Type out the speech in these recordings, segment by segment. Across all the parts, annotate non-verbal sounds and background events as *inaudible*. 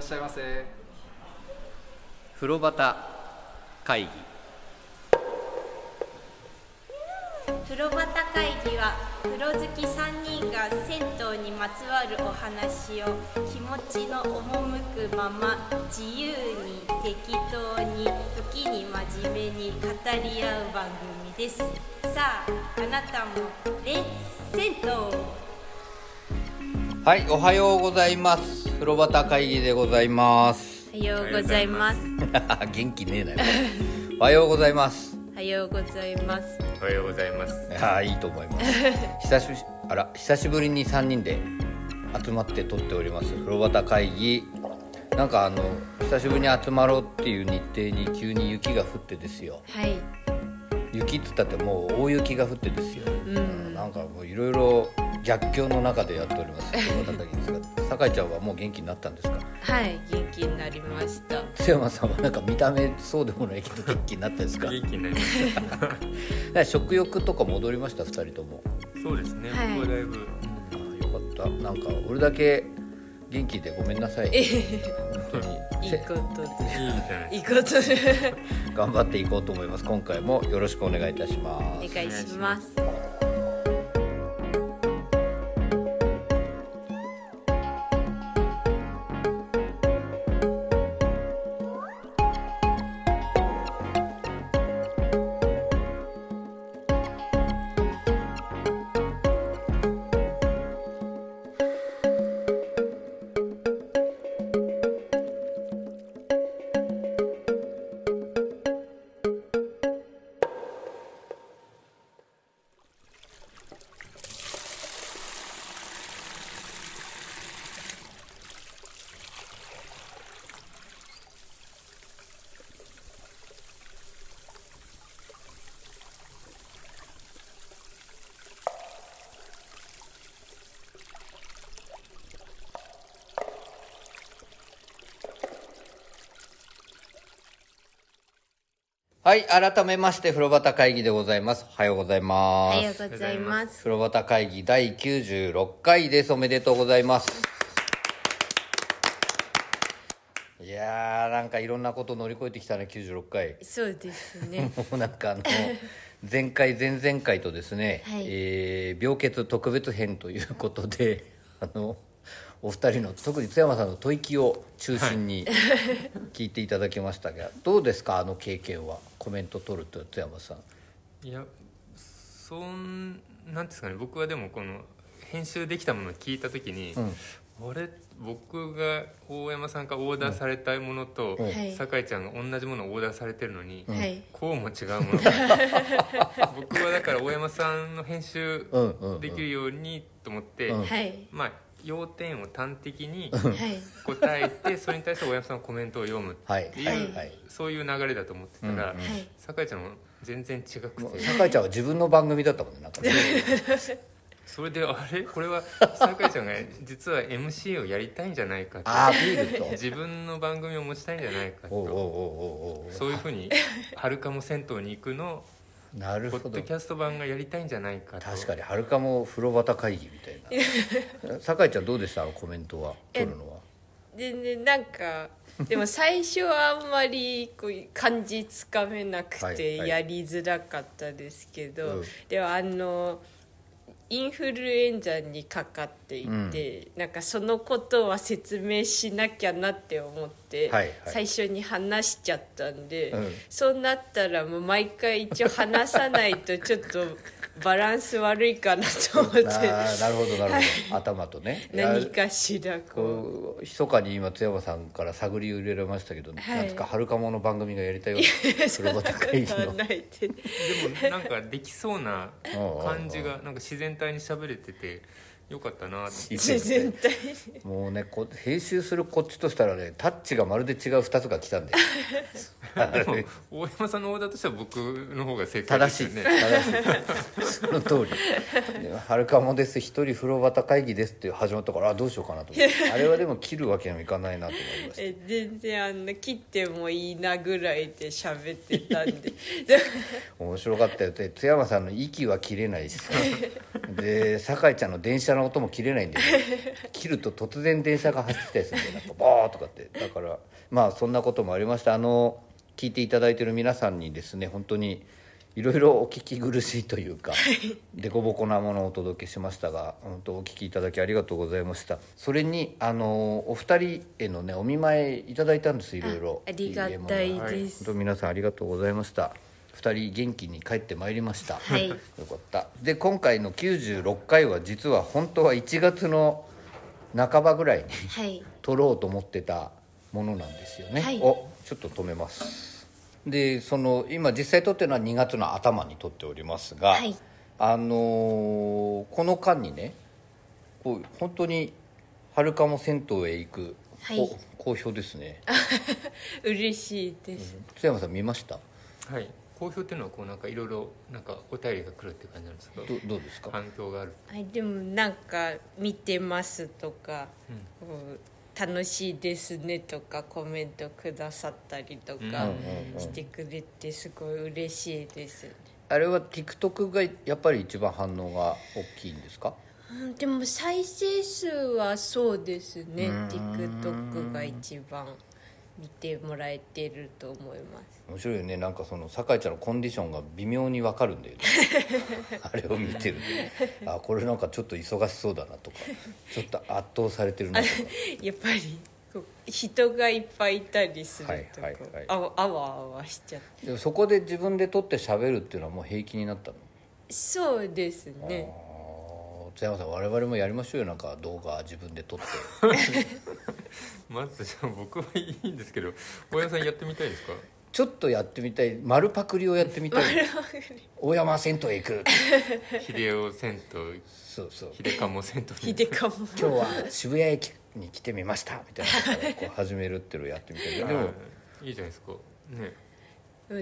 しゃいませ風呂端会議風呂端会議は風呂好き3人が銭湯にまつわるお話を気持ちの赴くまま自由に適当に時に真面目に語り合う番組ですさああなたもレッツ銭湯はいおはようございます風呂端会議でございます *laughs* おはようございます元気ねえなよ *laughs* おはようございますおはようございますおはようございますいやいいと思います久しぶりあら久しぶりに三人で集まって撮っております風呂端会議なんかあの久しぶりに集まろうっていう日程に急に雪が降ってですよはい雪っつったってもう大雪が降ってですよ、なんかもういろいろ逆境の中でやっておりますけど高木ですが酒井ちゃんはもう元気になったんですかはい元気になりました津山さんはなんか見た目そうでもないけど元気になったんですか元気になりまし食欲とか戻りました2人ともたそうですね、はいここだいぶあーよかったなんか俺だけ元気でごめんなさい本当にせことでいいじゃないいいことで頑張っていこうと思います今回もよろしくお願いいたしますお願いしますはい改めまして風呂端会議でございますおはようございおまはすようございます風呂旗会議第96回ですおめでとうございますいやーなんかいろんなこと乗り越えてきたね96回そうですねもうなんかあの前回前々回とですね、はいえー病欠特別編ということであのお二人の特に津山さんの吐息を中心に聞いていただきましたが、どうですかあの経験はコメント取ると津山さんいやそんなんですかね僕はでもこの編集できたものを聞いた時に、あれ僕が大山さんからオーダーされたいものと、うんはい酒井ちゃんが同じものをオーダーされてるのに、はいこうも違 *laughs* うものが僕はだから大山さんの編集うんうんうんできるようにと思って、うんはいまあ要点を端的にはい答えてそれに対して大山さんのコメントを読むはいっていう、はいはいそういう流れだと思ってたら、うんはい酒井ちゃんも全然違くもうて酒井ちゃんは自分の番組だったもんねなんかねそれで *laughs* あれこ *laughs* れは酒井ちゃんが実は MC をやりたいんじゃないかとアピールと *laughs* 自分の番組を持ちたいんじゃないかおうおうおとうおうおうそういうふう *laughs* に「はるかも銭湯に行く」のなるポほッどドキャスト版がやりたいんじゃないかと確かにはるかも風呂端会議みたいな酒井ちゃんどうでしたあのコメントはえ取るのはでねなんかでも最初はあんまりこう感じつかめなくはいてはいやりづらかったですけど、うんではあのインフルエンザにかかっていて、なんかそのことは説明しなきゃなって思って、はいはい最初に話しちゃったんで、うんそうなったらもう毎回一応話さないとちょっとバランス悪いかなと思って *laughs* あーなるほどなるほど、頭とねいや何かしらこう。こう密かに今津山さんから探り入れられましたけど、はいなんとかはるかもの番組がやりたいよそ風 *laughs* んな呂こ端と会議はのないってでもなんかできそうなうんうん感じがなんか自然体に喋れててよかったなって自然体にもうねこ編集するこっちとしたらねタッチがまるで違う2つが来た *laughs* んででも大山さんのオーダーとしては僕の方が正解で正すしいよね正しいその通りで「はるかもです一人風呂旗会議です」って始まったからあどうしようかなと思ってあれはでも切るわけにもいかないなと思いましたえ全然あんな切ってもいいなぐらいで喋ってたん *laughs* で面白かったよって津山さんの息は切れないしさで酒井ちゃんの電車の音も切れないんで、ね、切ると突然電車が走ってきたりするんでなんかボーとかってだからまあそんなこともありましたあの聞いていただいてる皆さんにですね本当にいろいろお聞き苦しいというか凸凹なものをお届けしましたが本当お聞きいただきありがとうございましたそれにあのお二人へのねお見舞いいただいたんですいろいろありがたいいいものがで本す、当皆さんありがとうございました二人元気に帰ってまいりましたはい *laughs* よかったで今回の96回は実は本当は1月の半ばぐらいにはい撮ろうと思ってたものなんですよね、はいおちょっと止めますでその今実際撮ってるのは2月の頭に撮っておりますが、はいあのーこの間にねこう本当に春かも銭湯へ行く、はいお好評ですね嬉しいです、津山さん見ましたはい好評っていうのはこうなんかいろいろなんかお便りが来るって感じなんですかどどうですか、反響があるあでもなんか「見てます」とかうん「こう楽しいですね」とかコメントくださったりとうんかうんうんしてくれてすごい嬉しいですね、あれは TikTok がやっぱり一番反応が大きいんですかうんでも再生数はそうですねうーん TikTok が一番見てもらえてると思います面白いよねなんかその酒井ちゃんのコンディションが微妙にわかるんだ *laughs* よねあれを見てるとあこれなんかちょっと忙しそうだなとかちょっと圧倒されてるなとかやっぱりこう人がいっぱいいたりするとこはいはいはういあわあわあわしちゃってでもそこで自分で撮って喋るっていうのはもう平気になったのそうですねあー津山さん我々もやりましょうよなんか動画自分で撮ってまずじゃあ僕はいいんですけど大山さんやってみたいです *laughs* かちょっとやってみたい丸パクリをやってみたい大山銭湯へ行く秀夫銭湯そうそう秀鴨銭湯ひでかも今日は渋谷駅に来てみましたみたいなことをこう始めるっていうのをやってみたいけどでもいいじゃないですかね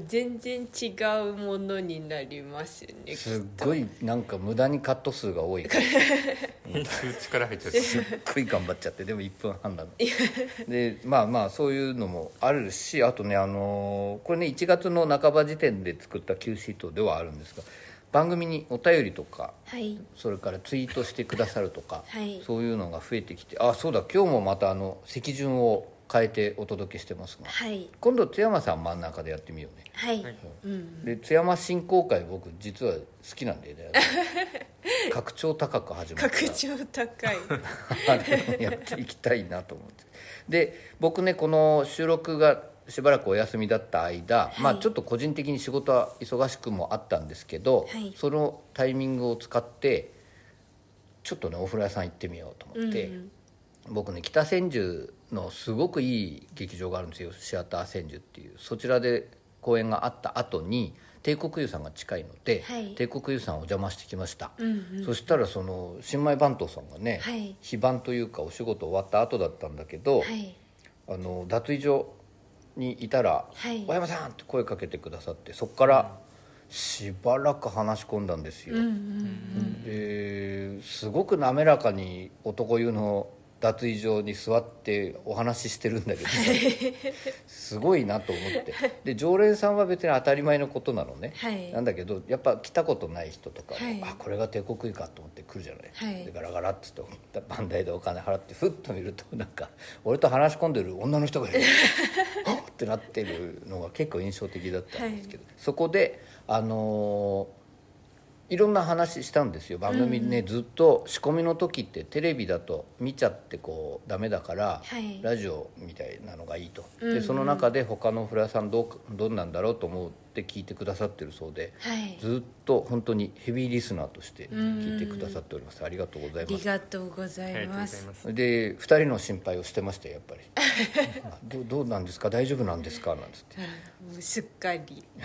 全然違うものになりますよねすっごいなんか無駄にカット数が多 *laughs* いから編集力入っちゃってすっごい頑張っちゃってでも1分半なのでまあまあそういうのもあるしあとねあのーこれね1月の半ば時点で作った Q シートではあるんですが番組にお便りとかはいそれからツイートしてくださるとか、はいそういうのが増えてきてあそうだ今日もまたあの席順を変えてお届けしてますがはい今度津山さん真ん中でやってみようねはいはいで津山振興会僕実は好きなんでね拡張高く始まった拡張高 *laughs* いあれをやっていきたいなと思ってで僕ねこの収録がしばらくお休みだった間、まあちょっと個人的に仕事は忙しくもあったんですけど、はいそのタイミングを使ってちょっとねお風呂屋さん行ってみようと思って、僕ね北千住のすごくいい劇場があるんですよシアター千住っていうそちらで公演があった後に帝国湯さんが近いので、はい帝国湯さんお邪魔してきました、そしたらその新米番頭さんがね、はい非番というかお仕事終わった後だったんだけど、はいあの脱衣所にいたらはい大山さん!」って声かけてくださってそこからしばらく話し込んだんですよ、ですごく滑らかに男湯の脱衣所に座ってお話ししてるんだけどすごいなと思ってで常連さんは別に当たり前のことなのね、はいなんだけどやっぱ来たことない人とかも、はいあこれが帝国湯かと思って来るじゃない、はいでガラガラっつってバンダイでお金払ってふっと見るとなんか俺と話し込んでる女の人がいるはっってなってるのが結構印象的だったんですけど、そこであのーいろんな話したんですよ番組ね、ずっと仕込みの時ってテレビだと見ちゃってこうダメだから、はいラジオみたいなのがいいと、でその中で他のフラさんどうかどんなんだろうと思って聞いてくださってるそうで、はいずっと本当にヘビーリスナーとして聞いてくださっております、ありがとうございあまりすがとうござあいりがとうごまざいすますで2人の心配をしてましたよやっぱり *laughs* あどうどうなんですか大丈夫なんですかなんつってうんもうすっかり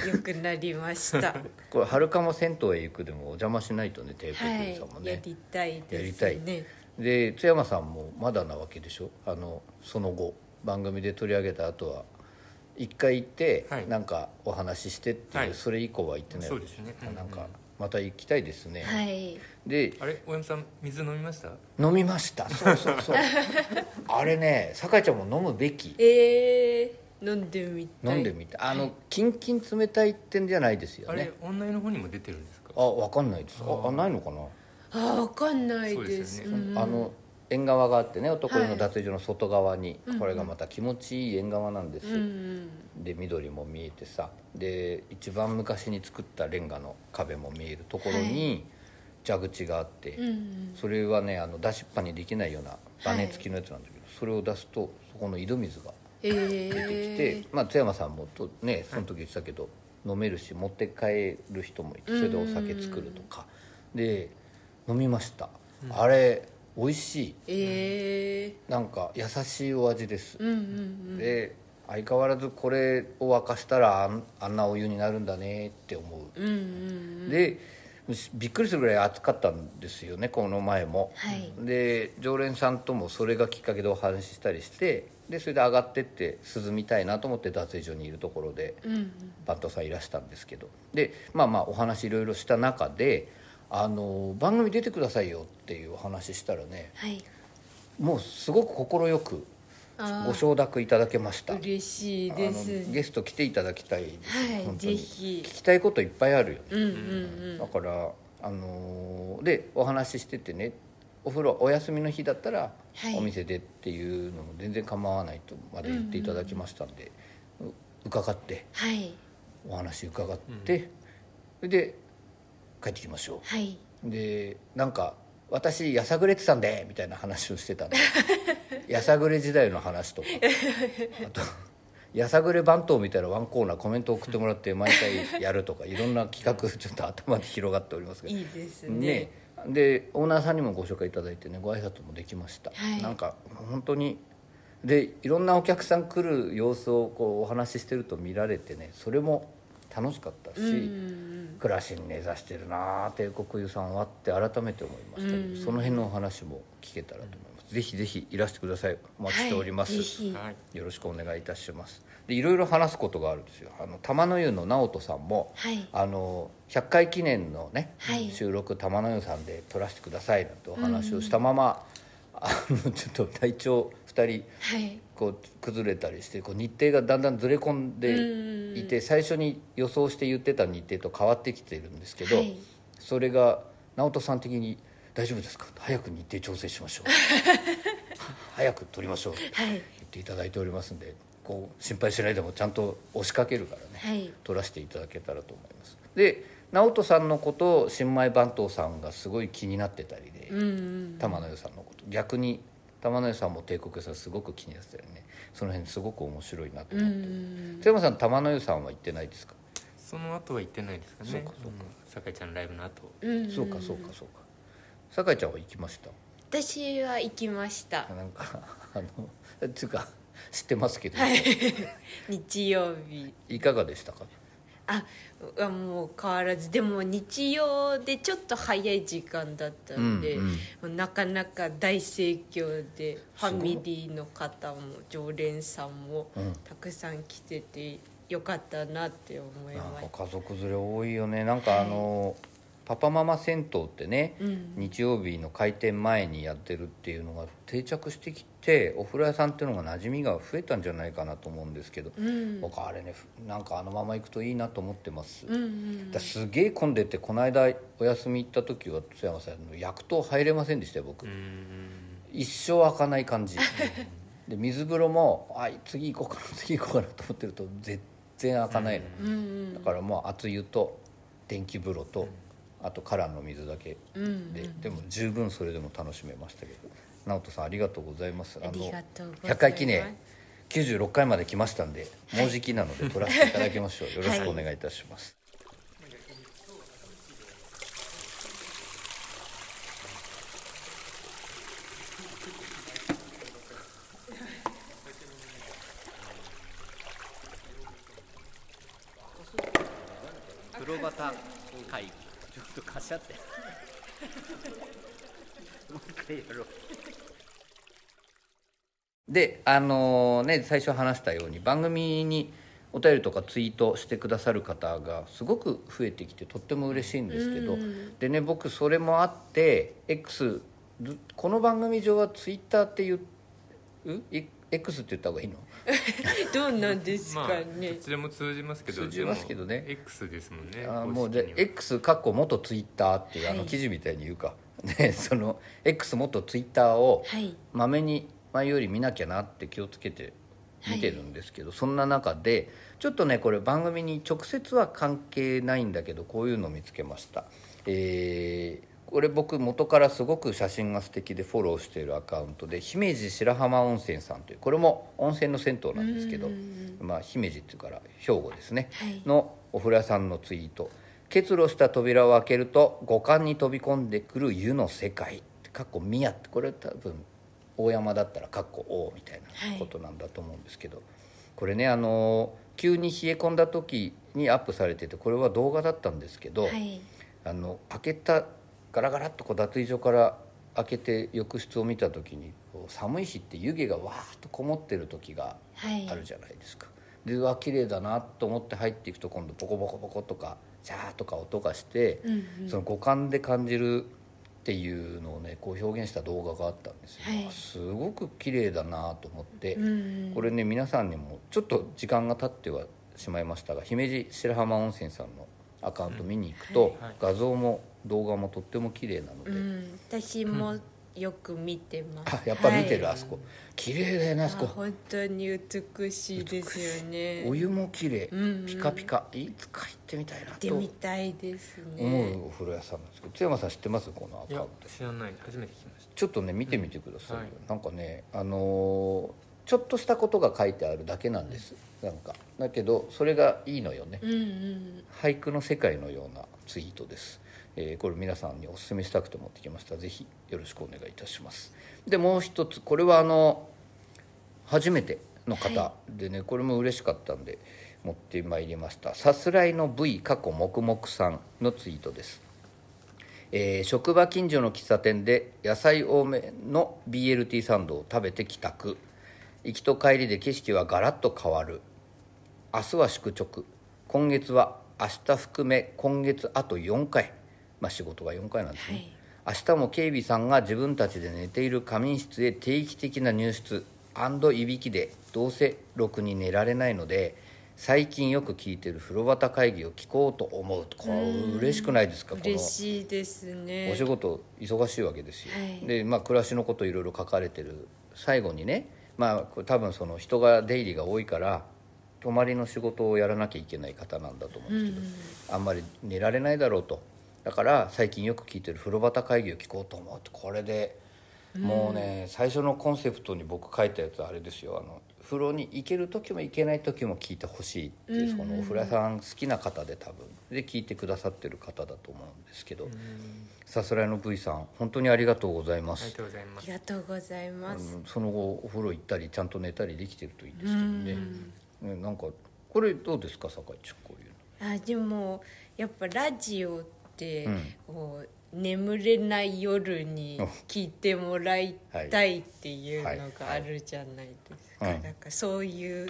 良くなりましたこれ「春かも銭湯へ行く」でもお邪魔しないとね帝はい国さんもね、やりたいやりですたいねで津山さんもまだなわけでしょあのその後番組で取り上げた後は一回行って、はいなんかお話ししてっていう、はいそれ以降は行ってないわけそうですねあなんかまた行きたいですね、はいであれ大山さん水飲みました飲みましたそうそう *laughs* そうあれね酒井ちゃんも飲むべきえー、飲んでみたい飲んでみた、あのキンキン冷たいってんじゃないですよあれね女湯の方にも出てるんですかあわかんないですああないのかなあ分かんないですそうですよねうんあの縁側があってね男湯はのい脱衣所の外側に、うんうんこれがまた気持ちいい縁側なんですうんよ、うんで緑も見えてさで一番昔に作ったレンガの壁も見えるところに蛇口があって、うんうんそれはねあの出しっぱにできないようなバネ付きのやつなんだけど、それを出すとそこの井戸水がえ出てきて、えまあ、津山さんもとねその時言ってたけど、飲めるし持って帰る人もいてそれでお酒作るとか、で飲みました、あれ美味しいええなんか優しいお味です、うんうんで相変わらずこれを沸かしたらあんあんなお湯になるんだねって思ううんうんうんでびっくりするぐらい暑かったんですよねこの前も、はいで常連さんともそれがきっかけでお話ししたりしてでそれで上がってって涼みたいなと思って脱衣所にいるところでうんうんバントさんいらしたんですけどでまあまあお話いろいろした中であの番組出てくださいよっていうお話したらねはいもうすごく快くあーご承諾いただけました嬉しいですあのゲスト来ていただきたいです、はい本当にぜひ聞きたいこといっぱいあるよねうんうんだからあのーでお話ししててねお風呂お休みの日だったらはいお店でっていうのも全然構わないとまで言っていただきましたんで、う伺ってはいお話伺って、それで帰ってきましょはいうでなんか私やさぐれてたんでみたいな話をし *laughs* てたんでやさぐれ時代の話とかあとやさぐれ番頭みたいなワンコーナーコメント送ってもらって毎回やるとかいろんな企画ちょっと頭で広がっておりますけどいいですねねでオーナーさんにもご紹介いただいてねご挨拶もできました、はいなんか本当にでいろんなお客さん来る様子をこうお話ししてると見られてねそれも楽しかったし、うんうん暮らしに根ざしてるなあ帝国湯さんはって改めて思いましたけど、うんその辺のお話も聞けたらと思います、ぜひぜひいらしてくださいお待ちしております、はいぜひはいよろしくお願いいたしますでいろいろ話すことがあるんですよあの玉の湯の直人さんも、はいあの100回記念のね、はい収録玉の湯さんで撮らせてくださいなんてお話をしたまま、あのちょっと体調2人はいこう崩れたりしてこう日程がだんだんずれ込んでいて最初に予想して言ってた日程と変わってきてるんですけど、はいそれが直人さん的に「大丈夫ですか早く日程調整しましょう」 *laughs* 「早く撮りましょう」はい言っていただいておりますんでこう心配しないでもちゃんと押しかけるからね、はい取らせていただけたらと思いますで直人さんのことを新米番頭さんがすごい気になってたりで、うんうん玉野湯さんのこと逆に玉野湯さんも帝国湯さんすごく気になってたりねその辺すごく面白いなとうんう思って、ん津山さん玉野湯さんは行ってないですか、その後は行ってないですかねそうかそうかん酒井ちゃんのライブの後うんんそうかそうかそうか酒井ちゃんは行きました私は行きましたなんかあのつうか知ってますけど、、はいい日曜日かがでしたかああもう変わらずでも日曜でちょっと早い時間だったんで、うんうんもうなかなか大盛況でフごいァミリーの方も常連さんもうんたくさん来ててよかったなって思いなんましか家族連れ多いよねなんかあの、パパママ銭湯ってね、うん日曜日の開店前にやってるっていうのが定着してきてお風呂屋さんっていうのが馴染みが増えたんじゃないかなと思うんですけど、た。うん僕あれねなんかあのまま行くといいなと思ってます、うんうんだすげえ混んでてこの間お休み行った時は津山さん薬湯入れませんでしたよ僕、うん一生開かない感じで水風呂もあ次行こうかな次行こうかなと思ってると全然開かないの、うんうんだからもう熱湯と電気風呂と、あとカラーの水だけうんうんで、でも十分それでも楽しめましたけど直人さんありがとうございますありがとうございます100回記念96回まで来ましたんでもうじきなので取らせていただきましょ *laughs* うよろしくお願いいたします、プロバタ会議ちょっとかしゃってもう一回やろうであのね最初話したように番組にお便りとかツイートしてくださる方がすごく増えてきてとっても嬉しいんですけど、でね僕それもあって X ずこの番組上はツイッターっていううい X って言った方がいいの *laughs* どうなんですまあかねど、ちらも通じますけど通じますけどでねも X ですもんねあーもう公式でには X かっこ元ツイッターっていうあはのい記事みたいに言うか、 *laughs* ね、その X もっとツイッターをはいまめに前より見なきゃなって気をつけて見てるんですけど、そんな中でちょっとねこれ番組に直接は関係ないんだけどこういうのを見つけました。えーこれ僕元からすごく写真が素敵でフォローしているアカウントで姫路白浜温泉さんというこれも温泉の銭湯なんですけど、まあ、姫路っていうから兵庫ですね、はいのお風呂屋さんのツイート「結露した扉を開けると五感に飛び込んでくる湯の世界」かっこ宮ってこれ多分大山だったらかっこ王みたいなことなんだと思うんですけど、これねあの急に冷え込んだ時にアップされててこれは動画だったんですけど、はいあの開けたガラガラっとこう脱衣所から開けて浴室を見た時にこう寒い日って湯気がわーっとこもってる時がはいあるじゃないですか、でうわ綺麗だなと思って入っていくと今度ボコボコボコとかジャーとか音がして、その五感で感じるっていうのをねこう表現した動画があったんですよ、はいすごく綺麗だなと思って、うんこれね皆さんにもちょっと時間が経ってはしまいましたが姫路白浜温泉さんのアカウント見に行くと、はい画像も動画もとっても綺麗なので、うん、私もよく見てます、あやっぱ見てる、はいあそこ綺麗だよねあそあこ本当に美しいですよね行おっ湯も綺麗、うんうんピカピカいつか行ってみたいなてとみたいです思ねうお風呂屋さんなんですけど津山さん知ってますこのアいカやウント知らない初めて聞きましちょっとね見てみてください、はいなんかねあのーちょっとしたことが書いてあるだけなんです、なんかだけどそれがいいのよね、うんうん俳句の世界のようなツイートです、えーこれ皆さんにお勧めしたくて持ってきましたぜひよろしくお願いいたしますでもう一つこれはあの初めての方でね、これも嬉しかったんで持ってまいりましたさすらいの V 過去黙々さんのツイートですえー職場近所の喫茶店で野菜多めの BLT サンドを食べて帰宅行きと帰りで景色はガラッと変わる明日は宿直今月は明日含め今月あと4回、まあ、仕事が4回なんですね、明日も警備さんが自分たちで寝ている仮眠室へ定期的な入室いびきでどうせろくに寝られないので最近よく聞いてる風呂旗会議を聞こうと思うこれ嬉しくないですかこの嬉しいですねお仕事忙しいわけですよ、はいで、まあ、暮らしのこといろいろ書かれてる最後にね、まあ、これ多分その人が出入りが多いから泊まりの仕事をやらなきゃいけない方なんだと思うんですけど、あんまり寝られないだろうとだから最近よく聞いてる風呂旗会議を聞こうと思うとこれでもうね、最初のコンセプトに僕書いたやつはあれですよあの風呂に行ける時も行けない時も聞いてほしいっていう、そのお風呂屋さん好きな方で多分で聞いてくださってる方だと思うんですけど。さすらいの V さん本当にありがとうございまたありがす、とうございあまりすがとうございます、うんその後お風呂行ったりちゃんと寝たりできてるといいですけどねねなんかこれどうですか酒井ちゃんこういうのあでもやっぱラジオって、うんこう眠れない夜に聞いてもらいたいっていうのがあるじゃないですか、はいはいなんかそういう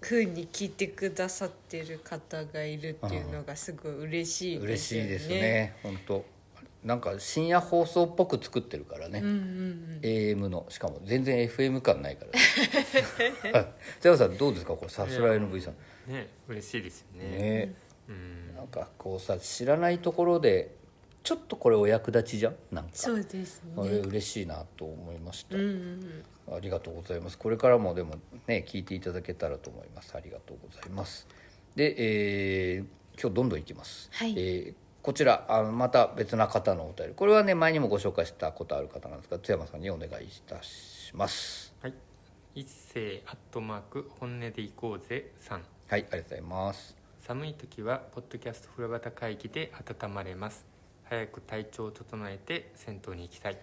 風に聞いてくださってる方がいるっていうのがすごい嬉しいで嬉すしよいね。ですね本当なんか深夜放送っぽく作ってるからね、うんうん、 AM のしかも全然 FM 感ないから *laughs* ね瀬山さんどうですかこれさすらいの V さんねね嬉しいですよねうんなんかこうさ知らないところでちょっとこれお役立ちじゃんなんかそうですあれね。嬉しいなと思いました、うんうんありがとうございます。これからもでもね聞いていただけたらと思います。ありがとうございます。で、えー今日どんどんいきます。はいえーこちらあのまた別な方のお便りこれはね前にもご紹介したことある方なんですが津山さんにお願いいたしますはい一世アットマーク本音で行こうぜさんはいありがとうございます寒い時はポッドキャスト風呂旗会議で温まれます早く体調を整えて銭湯に行きたい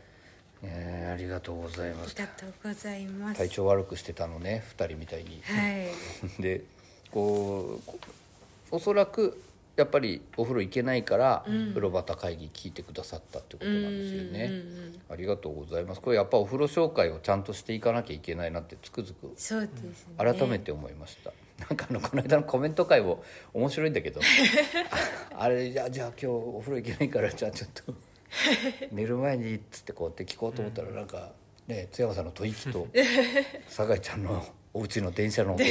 えーありがとうございあまりすがとうございます。体調悪くしてたのね2人みたいに *laughs* はい。でこうこおそらくやっぱりお風呂行けないから、風呂旗会議聞いてくださったってことなんですよね、うんうんうんありがとうございますこれやっぱお風呂紹介をちゃんとしていかなきゃいけないなってつくづくそうですね。改めて思いました、 *laughs* なんかあのこの間のコメント会も面白いんだけ *laughs* どああれじゃあじゃあ今日お風呂行けないからじゃあちょっと寝る前にっつってこうやって聞こうと思ったらなんかね津山さんの吐息 *laughs* と酒井ちゃんのお家の電車の音と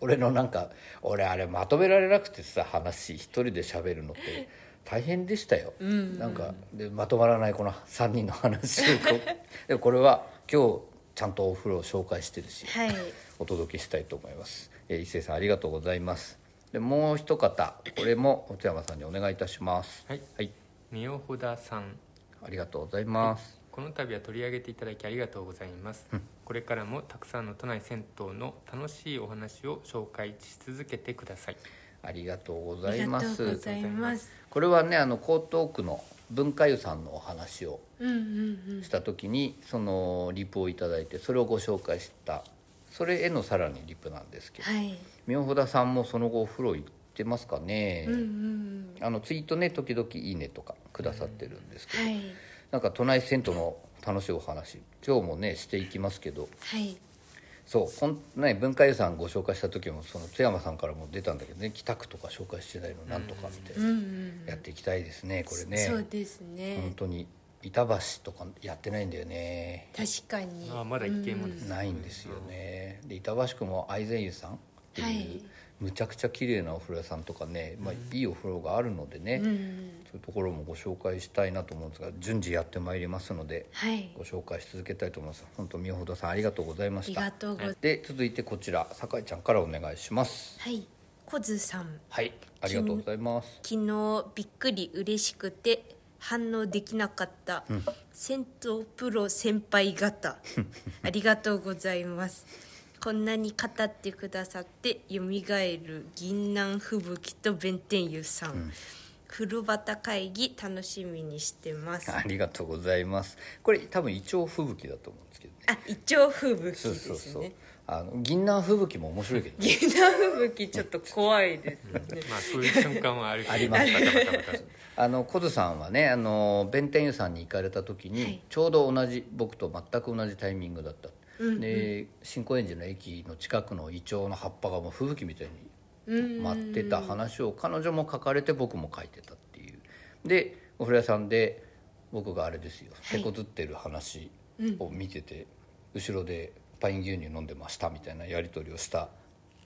俺のなんか俺あれまとめられなくてさ話一人で喋るのって大変でしたよ、なんかでまとまらないこの3人の話をこうでもこれは今日ちゃんとお風呂を紹介してるし、はいお届けしたいと思います、えー伊勢さんありがとうございますでもう一方これもお茶山さんにお願いいたしますはいはいみよほださんありがとうございます、この度は取り上げていただきありがとうございます、これからもたくさんの都内銭湯の楽しいお話を紹介し続けてくださいありがとうごあざいりがまとうごすざいますこれはねあの江東区の文化湯さんのお話をうんうんした時にそのリプをいただいてそれをご紹介したそれへのさらにリプなんですけどはい明穂田さんもその後お風呂行ってますかね、うんうんあのツイートね時々「いいね」とかくださってるんですけど、はいなんか都内銭湯の楽しいお話今日もねしていきますけどはいそうこん、ね、文化遺産ご紹介した時もその津山さんからも出たんだけどね北区とか紹介してないのなんとかみたいうんうなんやっていきたいですねこれねそうですね本当に板橋とかやってないんだよね確かにあーまだ一件もですないんですよねで板橋区も愛禅湯さんっていう、はいむちゃくちゃ綺麗なお風呂屋さんとかね、まあ、いいお風呂があるのでね、うんうんそういうところもご紹介したいなと思うんですが順次やってまいりますのではいご紹介し続けたいと思います本当宮本さんありがとうございまあしりたがとうございますで続いてこちら酒井ちゃんからお願いしますはいコズさんはいありがとうございます昨日びっくり嬉しくて反応できなかった、銭湯プロ先輩 *laughs* 方ありがとうございますこんなに語ってくださって蘇る銀南吹雪と弁天湯さん、風呂旗会議楽しみにしてますありがとうございますこれ多分イチョウ吹雪だと思うんですけどねあ一応吹雪ですそうねそうそうあの銀杏吹雪も面白いけどね銀杏吹雪ちょっと怖い *laughs* ですねまあそういう瞬間はあるけどありますバタバタバタあの小津さんはねあの弁天湯さんに行かれた時に、ちょうど同じ僕と全く同じタイミングだった、で新高円寺の駅の近くのイチョウの葉っぱがもう吹雪みたいに舞ってた話を彼女も書かれて僕も書いてたっていうでお風呂屋さんで僕があれですよ手こずってる話を見てて、後ろでパイン牛乳飲んでましたみたいなやり取りをした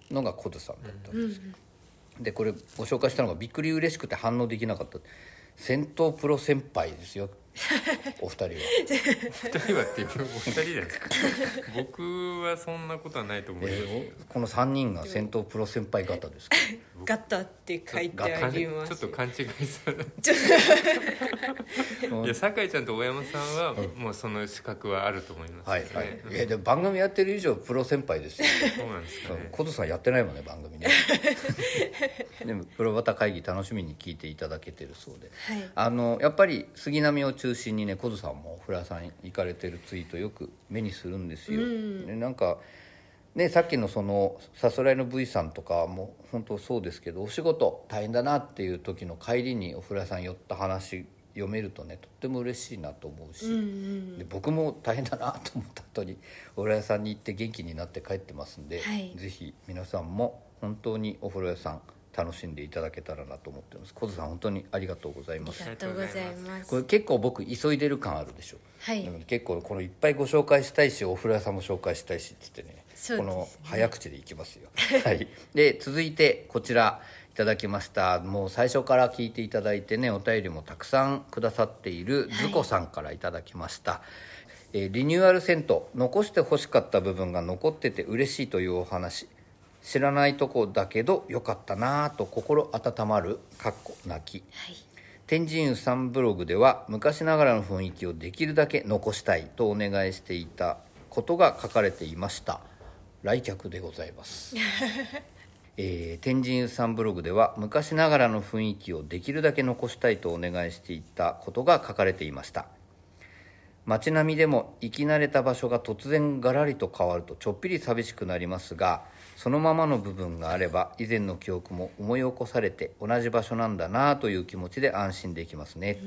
のが小津さんだったんですけどでこれご紹介したのがびっくり嬉しくて反応できなかった戦闘プロ先輩ですよお *laughs* 二人は二人はっていうお二人じゃない *laughs* ですか僕はそんなことはないと思います、えーこの3人が戦闘プロ先輩方ですかガタって書いてあ勘りますちょっと勘違いされちょいや酒井ちゃんと大山さんはもうその資格はあると思います、はい *laughs* はいえーでも番組やってる以上プロ先輩ですよそうなんですかねコトさんやってないもんね番 *laughs* 組ねでもプロバタ会議楽しみに聞いていただけてるそうで、はいあのやっぱり杉並を中心にね小津さんもお風呂屋さん行かれてるツイートよく目にするんですよ、ねなんかねさっきのそのさすらいの V さんとかも本当そうですけどお仕事大変だなっていう時の帰りにお風呂屋さん寄った話読めるとねとっても嬉しいなと思うし、で僕も大変だなと思った後にお風呂屋さんに行って元気になって帰ってますんで、はいぜひ皆さんも本当にお風呂屋さん楽しんでいただけたらなと思ってます小津さん本当にありがとうございまあすりがとうございますこれ結構僕急いでる感あるでしょ、はいなので結構このいっぱいご紹介したいしお風呂屋さんも紹介したいしっつってねそうこですねの早口でいきますよ *laughs* はいで続いてこちらいただきましたもう最初から聞いていただいてねお便りもたくさんくださっているずこさんからいただきました、えーリニューアル銭湯残してほしかった部分が残ってて嬉しいというお話知らないとこだけどよかったなぁと心温まるかっこ泣き天神湯さんブログでは昔ながらの雰囲気をできるだけ残したいとお願いしていたことが書かれていました来客でございますえー天神湯さんブログでは昔ながらの雰囲気をできるだけ残したいとお願いしていたことが書かれていました街並みでも生き慣れた場所が突然ガラリと変わるとちょっぴり寂しくなりますがそのままの部分があれば以前の記憶も思い起こされて同じ場所なんだなという気持ちで安心できますね、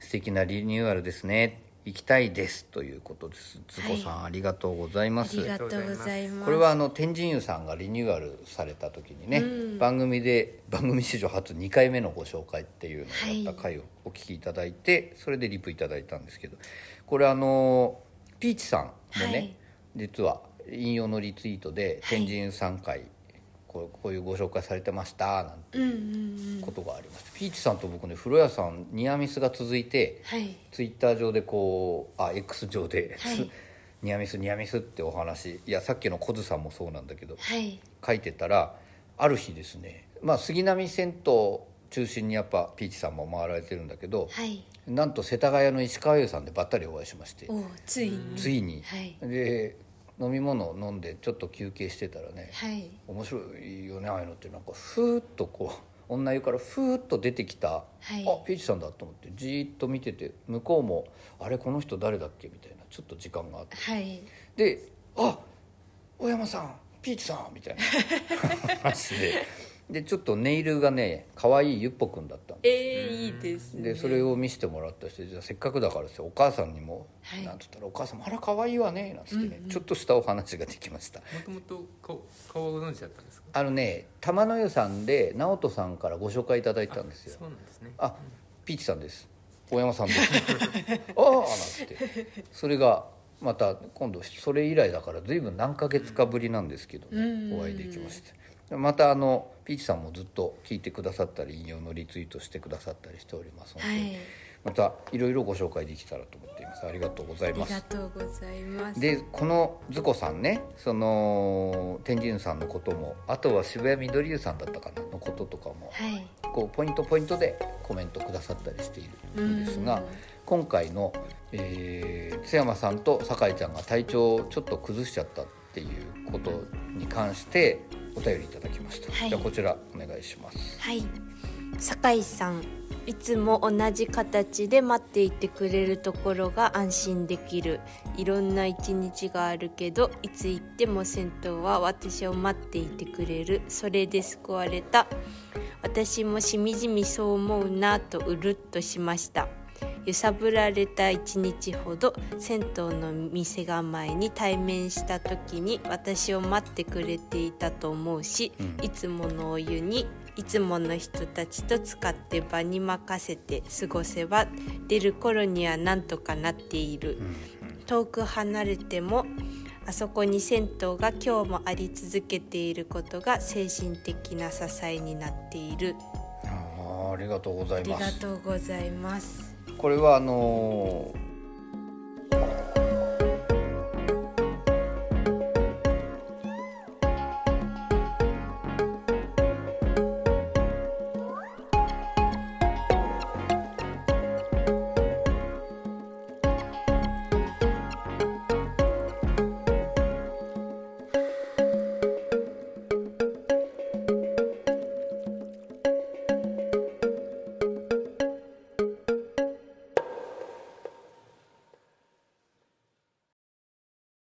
素敵なリニューアルですね行きたいですということですズコさん、ありがとうございまあすりがとうございますこれはあの天神湯さんがリニューアルされた時にね、番組で *laughs* 番組史上初2回目のご紹介っていうのをやった回をお聞きいただいて、それでリプいただいたんですけどこれあのピーチさんもね、はい実は引用のリツイートで天神湯さん会こうこういうご紹介されてましたなんてうんうんうんことがありました、ピーチさんと僕ね風呂屋さんニアミスが続いてはいツイッター上でこうあ X 上で、はい *laughs* ニアミスニアミスってお話いやさっきのコズさんもそうなんだけどはい書いてたらある日ですね、まあ、杉並銭湯中心にやっぱピーチさんも回られてるんだけど、はいなんと世田谷の石川優さんでばったりお会いしましておうついについに、はいで飲み物を飲んでちょっと休憩してたらね、はい面白いよねああいうのってなんかふーっとこう女湯からふーっと出てきた、はいあピーチさんだと思ってじーっと見てて向こうも「あれこの人誰だっけ?」みたいなちょっと時間があってはいで「あ大山さんピーチさん」みた *laughs* いな話ででちょっとネイルがね可愛いゆっぽくんだったんですえー、いいですねでそれを見せてもらったしじゃあせっかくだからですよお母さんにも、はいなんつったら「お母さんもあら可愛いわね」なんつってね、ちょっとしたお話ができましたともと顔顔をご存知だったんですかあのね玉の湯さんで直人さんからご紹介いただいたんですよそうなんですねあピーチさんです大山さ *laughs* んですああなんつってそれがまた今度それ以来だから随分何ヶ月かぶりなんですけどねお会いできましたまたあのピーチさんもずっと聞いてくださったり引用のリツイートしてくださったりしておりますので、はいまたいろいろご紹介できたらと思っていますありがとうございありまがすとうございますでこのズコさんねその天神さんのこともあとは渋谷緑湯さんだったかなのこととかもはいこうポイントポイントでコメントくださったりしているんですが今回の、えー津山さんと酒井ちゃんが体調をちょっと崩しちゃったっていうことに関してお便りいただきました、はいじゃあこちらお願いしますはい酒井さんいつも同じ形で待っていてくれるところが安心できるいろんな一日があるけどいつ行っても銭湯は私を待っていてくれるそれで救われた私もしみじみそう思うなとうるっとしました揺さぶられた一日ほど銭湯の店構えに対面した時に私を待ってくれていたと思うし、いつものお湯にいつもの人たちと使って場に任せて過ごせば出る頃にはなんとかなっている、遠く離れてもあそこに銭湯が今日もあり続けていることが精神的な支えになっているあーありがとうござあいりまがすとうございますこれはあのー